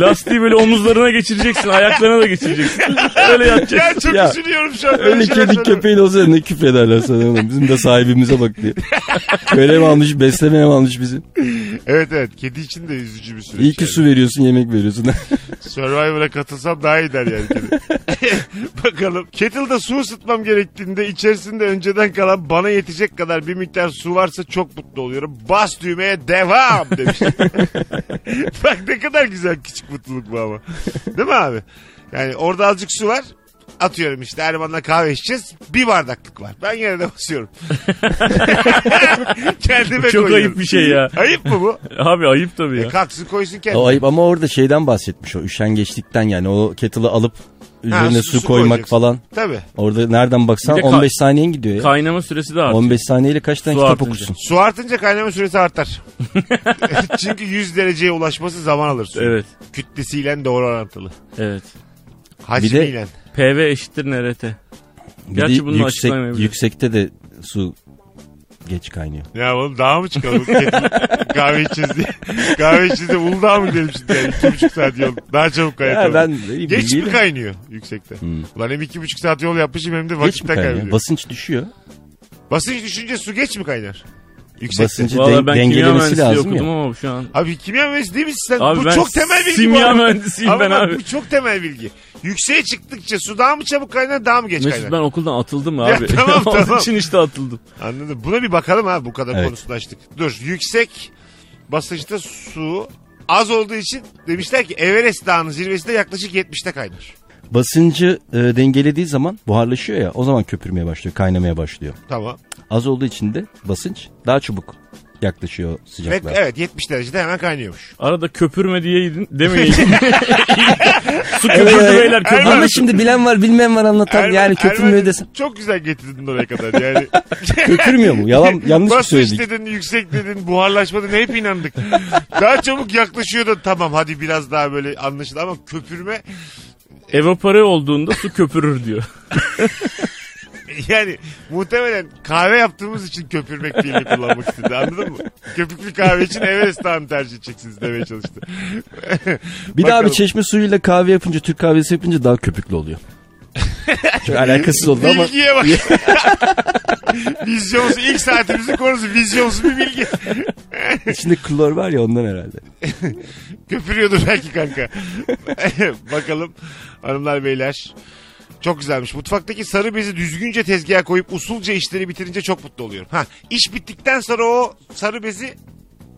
Speaker 3: Lastiği böyle omuzlarına geçireceksin ayaklarına da geçireceksin. Öyle
Speaker 2: Ya
Speaker 3: yatacaksın.
Speaker 2: çok
Speaker 4: Ya,
Speaker 2: üzülüyorum şu an. böyle
Speaker 4: Öyle
Speaker 2: şeyler
Speaker 4: kedi
Speaker 2: söylüyorum.
Speaker 4: köpeğin olsa ne küfrederler sana. oğlum. Bizim de sahibimize bak
Speaker 2: [laughs]
Speaker 4: diye. Köle mi almış, beslemeye mi almış bizi?
Speaker 2: Evet evet kedi için de üzücü bir süreç.
Speaker 4: İyi ki
Speaker 2: yani.
Speaker 4: su veriyorsun, yemek veriyorsun. [laughs]
Speaker 2: Survivor'a katılsam daha iyi der
Speaker 3: [laughs]
Speaker 2: yani kedi. Bakalım. Kettle'da su ısıtmam gerektiğinde içerisinde önceden kalan bana yetecek kadar bir miktar su varsa çok mutlu oluyorum. Bas düğmeye devam
Speaker 3: [laughs]
Speaker 2: demiş. Bak ne kadar güzel küçük mutluluk bu ama. Değil mi abi? Yani orada azıcık su var. Atıyorum işte Erman'la kahve içeceğiz. Bir bardaklık var. Ben yine de
Speaker 3: [laughs]
Speaker 2: basıyorum. Kendime
Speaker 3: Çok
Speaker 2: koyuyorum.
Speaker 3: ayıp bir şey ya.
Speaker 2: Ayıp mı bu?
Speaker 3: Abi ayıp tabii ya.
Speaker 2: E kalksın koysun kendine.
Speaker 4: o ayıp ama orada şeyden bahsetmiş o üşengeçlikten yani o kettle'ı alıp
Speaker 2: Ha,
Speaker 4: üzerine su, koymak
Speaker 2: koyacaksın.
Speaker 4: falan.
Speaker 2: Tabii.
Speaker 4: Orada nereden baksan
Speaker 3: Bir de ka-
Speaker 4: 15 saniyen gidiyor ya.
Speaker 3: Kaynama süresi de artıyor.
Speaker 4: 15 saniyeyle kaç tane
Speaker 3: Su
Speaker 4: kitap
Speaker 3: artınca.
Speaker 4: okursun?
Speaker 2: Su artınca kaynama süresi artar. [laughs] Çünkü 100 dereceye ulaşması zaman alır suyun.
Speaker 3: Evet
Speaker 2: Kütlesiyle doğru orantılı.
Speaker 3: evet.
Speaker 2: Hacmiyle.
Speaker 4: Bir
Speaker 3: PV eşittir NRT.
Speaker 4: Bir
Speaker 3: Gerçi
Speaker 4: de
Speaker 3: bunu
Speaker 4: yüksek,
Speaker 3: açıklayamayabilirim.
Speaker 4: yüksekte de su geç kaynıyor.
Speaker 2: Ya oğlum daha mı çıkalım? [laughs] kahve içeceğiz diye. Kahve içeceğiz diye Uludağ'a mı gidelim şimdi yani? İki buçuk saat yol. Daha çabuk kaynatalım.
Speaker 4: Ya ben iyi
Speaker 2: Geç mi
Speaker 4: bilgiyle-
Speaker 2: kaynıyor yüksekte? Ulan hem iki buçuk saat yol yapmışım hem de
Speaker 4: Geç mi
Speaker 2: vakitte
Speaker 4: kaynıyor?
Speaker 2: kaybediyorum.
Speaker 4: Basınç düşüyor.
Speaker 2: Basınç düşünce su geç mi kaynar? Yüksekte.
Speaker 4: Basıncı-
Speaker 3: Valla
Speaker 4: Den-
Speaker 3: ben kimya
Speaker 4: dengelemesi
Speaker 3: mühendisliği
Speaker 4: lazım
Speaker 3: okudum
Speaker 4: ya.
Speaker 3: ama şu an.
Speaker 2: Abi kimya mühendisi değil misin sen?
Speaker 3: Abi
Speaker 2: bu
Speaker 3: ben
Speaker 2: çok temel bilgi.
Speaker 3: simya
Speaker 2: bu arada.
Speaker 3: mühendisiyim
Speaker 2: Ama
Speaker 3: ben
Speaker 2: bak
Speaker 3: abi.
Speaker 2: Bu çok temel bilgi. Yükseğe çıktıkça su daha mı çabuk kaynar daha mı geç kaynar?
Speaker 3: Mesut ben okuldan atıldım
Speaker 2: Ya
Speaker 3: abi. [laughs]
Speaker 2: tamam,
Speaker 3: Onun
Speaker 2: tamam.
Speaker 3: için işte atıldım.
Speaker 2: Anladım. Buna bir bakalım ha bu kadar
Speaker 4: Evet.
Speaker 2: konusunu açtık. Dur yüksek basınçta su az olduğu için demişler ki Everest Dağı'nın zirvesinde yaklaşık 70'te kaynar.
Speaker 4: Basıncı e, dengelediği zaman buharlaşıyor ya o zaman köpürmeye başlıyor, kaynamaya başlıyor.
Speaker 2: Tamam.
Speaker 4: Az olduğu için de basınç daha çabuk yaklaşıyor
Speaker 2: Ve,
Speaker 4: sıcaklığa.
Speaker 2: evet 70 derecede hemen kaynıyormuş.
Speaker 3: Arada köpürme diyeydin
Speaker 2: [laughs]
Speaker 3: demeyeydin. Su köpürdü beyler köpürdü.
Speaker 2: Erman-
Speaker 4: Ama şimdi bilen var bilmeyen var anlatan
Speaker 2: Erman-
Speaker 4: yani köpürmüyor
Speaker 2: Erman'cığım
Speaker 4: desem.
Speaker 2: Çok güzel getirdin oraya kadar
Speaker 4: [laughs]
Speaker 2: yani.
Speaker 4: Köpürmüyor
Speaker 2: [laughs]
Speaker 4: mu? Yalan [laughs] yanlış mı
Speaker 2: Basınç
Speaker 4: söyledik?
Speaker 2: dedin, yüksek dedin, buharlaşma dedin hep inandık. Daha çabuk yaklaşıyor da tamam hadi biraz daha böyle anlaşıldı ama köpürme
Speaker 3: Evapore olduğunda su köpürür diyor.
Speaker 2: Yani muhtemelen kahve yaptığımız için köpürmek fiilini kullanmak istedi anladın mı? Köpüklü kahve için Everest Dağı'nı tercih edeceksiniz demeye çalıştı.
Speaker 4: Bir daha bir
Speaker 2: Bakalım.
Speaker 4: çeşme suyuyla kahve yapınca Türk kahvesi yapınca daha köpüklü oluyor.
Speaker 2: [laughs]
Speaker 4: Çok alakasız oldu ama
Speaker 2: Bilgiye bak. [laughs] vizyonsuz ilk saatimizin konusu vizyonsuz bir bilgi.
Speaker 4: içinde klor var ya ondan herhalde.
Speaker 2: Köpürüyordu belki kanka. [laughs] Bakalım hanımlar beyler. Çok güzelmiş. Mutfaktaki sarı bezi düzgünce tezgaha koyup usulca işleri bitirince çok mutlu oluyorum. Ha, iş bittikten sonra o sarı bezi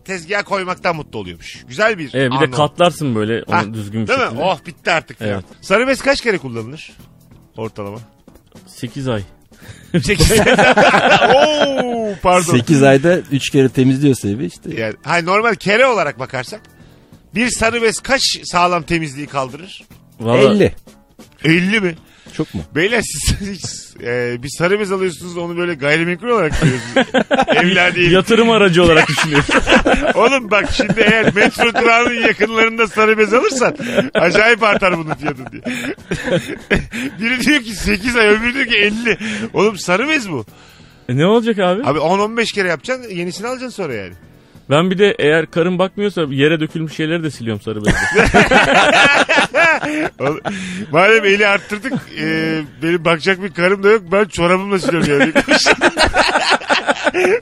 Speaker 2: tezgaha koymaktan mutlu oluyormuş. Güzel bir
Speaker 3: Evet, E, bir
Speaker 2: anı
Speaker 3: de
Speaker 2: olmuş.
Speaker 3: katlarsın böyle onu
Speaker 2: Ha,
Speaker 3: düzgün bir
Speaker 2: Değil
Speaker 3: şekilde.
Speaker 2: mi? Oh bitti artık.
Speaker 3: Evet. [laughs]
Speaker 2: Sarı bez kaç kere kullanılır? Ortalama.
Speaker 3: 8 ay.
Speaker 2: 8 ayda. [laughs] Oo, [laughs] pardon.
Speaker 4: 8 ayda 3 kere temizliyorsa evi işte.
Speaker 2: Yani, hayır, normal kere olarak bakarsak. Bir sarı bez kaç sağlam temizliği kaldırır?
Speaker 3: Vallahi-
Speaker 4: 50.
Speaker 2: 50 mi?
Speaker 4: Çok mu?
Speaker 2: Beyler siz [laughs] hiç, e, bir sarı bez alıyorsunuz onu böyle gayrimenkul olarak görüyorsunuz. [laughs] Evler değil.
Speaker 3: Yatırım aracı olarak düşünüyorum. [laughs]
Speaker 2: Oğlum bak şimdi eğer metro durağının yakınlarında sarı bez alırsan acayip artar bunun fiyatı diye. [laughs] Biri diyor ki 8 ay öbürü diyor ki 50. Oğlum sarı bez bu.
Speaker 3: E ne olacak abi?
Speaker 2: Abi 10-15 kere yapacaksın yenisini alacaksın sonra yani.
Speaker 3: Ben bir de eğer karın bakmıyorsa yere dökülmüş şeyleri de siliyorum sarı bezle. [laughs]
Speaker 2: Oğlum, Madem eli arttırdık e, benim bakacak bir karım da yok ben çorabımla siliyorum yani. [laughs]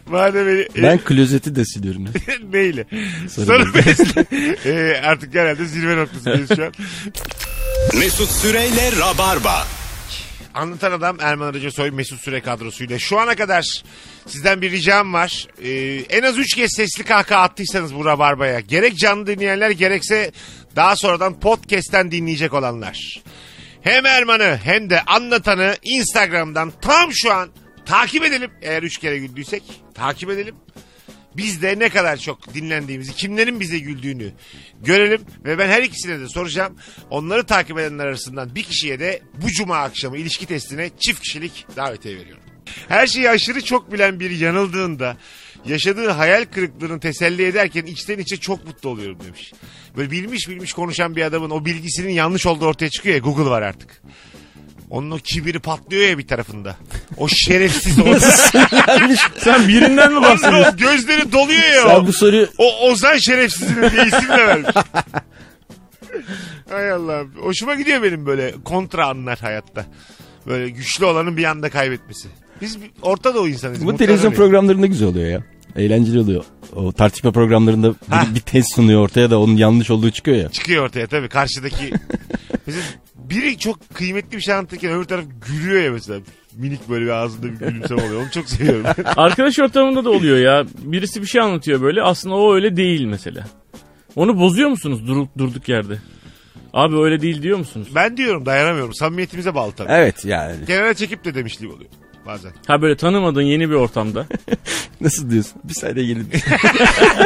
Speaker 2: Madem eli,
Speaker 4: Ben klozeti
Speaker 2: [laughs]
Speaker 4: de siliyorum. ya.
Speaker 2: neyle?
Speaker 4: Sarı
Speaker 2: Sarı bezle. [laughs] E, artık herhalde zirve noktasındayız şu an.
Speaker 1: Mesut Süreyle Rabarba.
Speaker 2: Anlatan Adam Erman Arıca Soy Mesut Süre kadrosuyla. Şu ana kadar sizden bir ricam var. Ee, en az 3 kez sesli kahkaha attıysanız bu rabarbaya. Gerek canlı dinleyenler gerekse daha sonradan podcast'ten dinleyecek olanlar. Hem Erman'ı hem de anlatanı Instagram'dan tam şu an takip edelim. Eğer 3 kere güldüysek takip edelim. Biz de ne kadar çok dinlendiğimizi, kimlerin bize güldüğünü görelim. Ve ben her ikisine de soracağım. Onları takip edenler arasından bir kişiye de bu cuma akşamı ilişki testine çift kişilik davetiye veriyorum. Her şeyi aşırı çok bilen biri yanıldığında yaşadığı hayal kırıklığını teselli ederken içten içe çok mutlu oluyorum demiş. Böyle bilmiş bilmiş konuşan bir adamın o bilgisinin yanlış olduğu ortaya çıkıyor ya Google var artık. Onun o kibiri patlıyor ya bir tarafında. O şerefsiz o. [laughs]
Speaker 4: Yanlış.
Speaker 3: Sen birinden mi bahsediyorsun?
Speaker 2: Onun o gözleri doluyor ya. o.
Speaker 4: Sen bu soruyu
Speaker 2: O Ozan şerefsizinin diye isim de vermiş. Hay Allah. Hoşuma gidiyor benim böyle kontra anlar hayatta. Böyle güçlü olanın bir anda kaybetmesi. Biz bir- Orta Doğu insanıyız.
Speaker 4: bu
Speaker 2: muhtemelen.
Speaker 4: televizyon programlarında güzel oluyor ya. Eğlenceli oluyor. O tartışma programlarında bir, bir test sunuyor ortaya da onun yanlış olduğu çıkıyor ya.
Speaker 2: Çıkıyor ortaya tabii karşıdaki. mesela biri çok kıymetli bir şey anlatırken öbür taraf gülüyor ya mesela. Minik böyle bir ağzında bir gülümseme oluyor. Onu çok
Speaker 4: [laughs]
Speaker 2: seviyorum.
Speaker 3: Arkadaş ortamında da oluyor ya. Birisi bir şey anlatıyor böyle. Aslında o öyle değil mesela. Onu bozuyor musunuz dur- durduk yerde? Abi öyle değil diyor musunuz?
Speaker 2: ben diyorum dayanamıyorum. Samimiyetimize bağlı tabii.
Speaker 4: Evet yani.
Speaker 2: Kenara çekip de demişliğim oluyor bazen. [laughs]
Speaker 3: Ha böyle tanımadığın yeni bir ortamda.
Speaker 4: Nasıl diyorsun? Bir saniye gelin.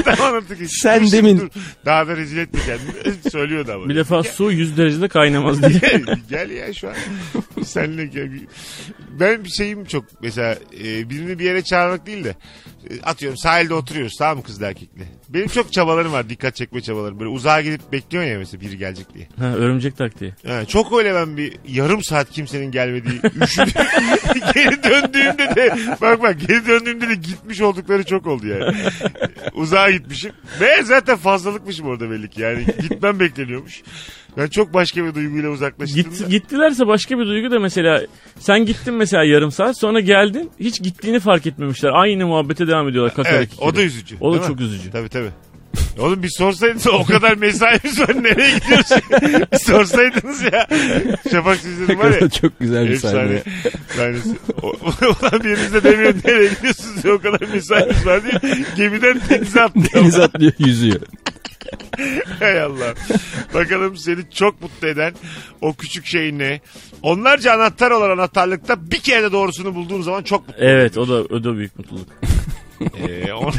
Speaker 2: tamam artık. hiç-
Speaker 4: Sen
Speaker 2: dur,
Speaker 4: demin-
Speaker 2: dur. Daha da rezil etme kendini. [laughs] Söylüyordu ama.
Speaker 3: Bir defa su 100 derecede kaynamaz diye. [laughs]
Speaker 2: Gel- [laughs] gel ya şu an. Senle gel. Ben bir şeyim çok mesela e, birini bir yere çağırmak değil de e, atıyorum sahilde oturuyoruz tamam mı kızla erkekle. Benim çok çabalarım var dikkat çekme çabalarım. Böyle uzağa gidip bekliyorsun ya mesela biri gelecek diye.
Speaker 3: Ha, örümcek taktiği.
Speaker 2: Ha, çok öyle ben bir yarım saat kimsenin gelmediği üşüdüm. [laughs] geri döndüğümde de bak bak geri döndüğümde de gitmiş oldukları çok oldu yani. Uzağa gitmişim. Ve zaten fazlalıkmışım orada belli ki yani gitmem bekleniyormuş. Ben çok başka bir duyguyla uzaklaştığımda.
Speaker 3: Git, gittilerse başka bir duygu da mesela sen gittin mesela yarım saat sonra geldin hiç gittiğini fark etmemişler. Aynı muhabbete devam ediyorlar kakarak
Speaker 2: Evet o da üzücü.
Speaker 3: O da
Speaker 2: değil mi?
Speaker 3: çok üzücü.
Speaker 2: Tabii tabii. Oğlum bir sorsaydınız o kadar mesaimiz var nereye gidiyorsun? [laughs] Bir sorsaydınız ya. Şafak sizin [laughs] var ya.
Speaker 4: [laughs] Çok güzel bir
Speaker 2: Efsane.
Speaker 4: sahne.
Speaker 2: Sahnesi. O- [laughs] Ulan biriniz de demiyor nereye gidiyorsunuz ya, o kadar mesaimiz var diye. Gemiden denize atlıyor.
Speaker 4: Deniz atlıyor yüzüyor.
Speaker 2: Hay Allah. Bakalım seni çok mutlu eden o küçük şey ne? Onlarca anahtar olan anahtarlıkta bir kere de doğrusunu bulduğum zaman çok mutlu.
Speaker 3: Evet o da, o da büyük mutluluk.
Speaker 2: Ee, [laughs] o-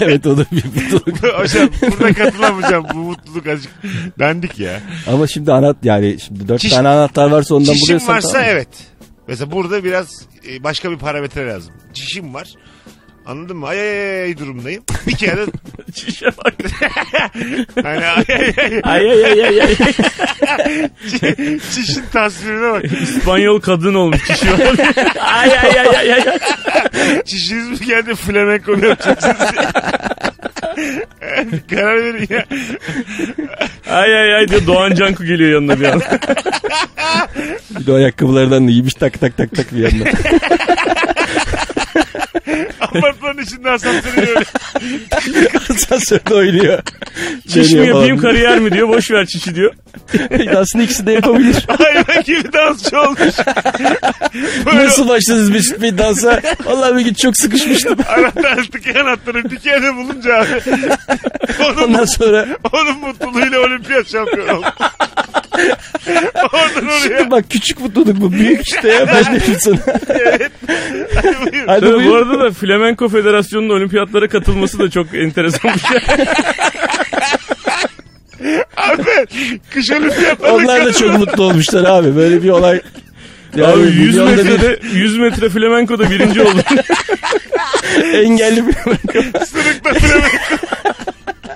Speaker 4: evet o da bir mutluluk.
Speaker 2: Hocam burada katılamayacağım. Bu mutluluk azıcık dandik ya.
Speaker 4: Ama şimdi anahtar yani şimdi dört
Speaker 2: Çiş-
Speaker 4: tane anahtar varsa ondan
Speaker 2: Çişim
Speaker 4: buluyorsan
Speaker 2: varsa
Speaker 4: tamam.
Speaker 2: evet. Mesela burada biraz e, başka bir parametre lazım. Çişim var. Anladın mı? Ay ay ay, ay durumdayım. Bir kere de
Speaker 3: [laughs] Çişe bak.
Speaker 2: hani ay ay ay
Speaker 3: Ay ay ay ay ay.
Speaker 2: çi- çişin tasvirine bak. [laughs]
Speaker 3: İspanyol kadın olmuş çişi var. [laughs] ay ay ay ay ay.
Speaker 2: Çişiniz mi geldi flamenko mu yapacaksınız? [laughs] Bir karar verin ya.
Speaker 3: Ay ay ay diyor Doğan Canku geliyor yanına bir an. [laughs]
Speaker 4: Bir de o ayakkabılardan da giymiş tak tak tak tak bir yandan.
Speaker 2: Apartmanın içinde asansörü öyle.
Speaker 4: Asansörde oynuyor.
Speaker 3: Çiş mi
Speaker 4: Dönüyor
Speaker 3: yapayım
Speaker 4: falan.
Speaker 3: kariyer mi diyor. Boş ver çişi diyor.
Speaker 4: Aslında ikisi de yapabilir.
Speaker 2: Hayvan gibi dansçı olmuş. Böyle
Speaker 4: Nasıl başladınız Mesut Bey dansa? Vallahi bir gün çok sıkışmıştım.
Speaker 2: anahtarlık anahtarı bir kere de bulunca abi. Onun
Speaker 4: Ondan sonra
Speaker 2: [laughs]
Speaker 4: [laughs]
Speaker 2: Onun mutluluğuyla olimpiyat şampiyonu oldu. Oradan oraya.
Speaker 4: Şimdi bak küçük mutluluk bu. Büyük işte ya ben dedim sana.
Speaker 2: Buyur.
Speaker 4: Hadi
Speaker 3: Tabii bu
Speaker 4: buyur.
Speaker 3: arada da Flamenco Federasyonu'nun olimpiyatlara katılması da çok enteresan bir şey.
Speaker 2: Abi kış olimpiyatları
Speaker 4: Onlar da çok mutlu olmuşlar abi. Böyle bir olay. Yani
Speaker 3: [laughs] Abi 100
Speaker 4: milyonda bir
Speaker 3: metrede 100 metre flamenkoda birinci [laughs] oldu.
Speaker 4: [laughs] engelli bir
Speaker 2: sırıkla flamenko.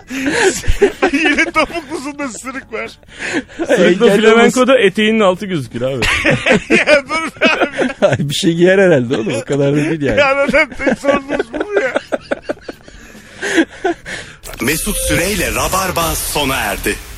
Speaker 2: [laughs] Yine topuklusunda sırık var.
Speaker 3: Sırtla
Speaker 4: engelli olması-
Speaker 3: flamenkoda eteğinin altı gözükür abi.
Speaker 2: Ya dur be abi.
Speaker 4: Ay, bir şey giyer herhalde oğlum. O kadar da değil yani.
Speaker 2: Ya adam tek sorunumuz bu mu ya?
Speaker 1: Mesut Süreyle Rabarba sona erdi.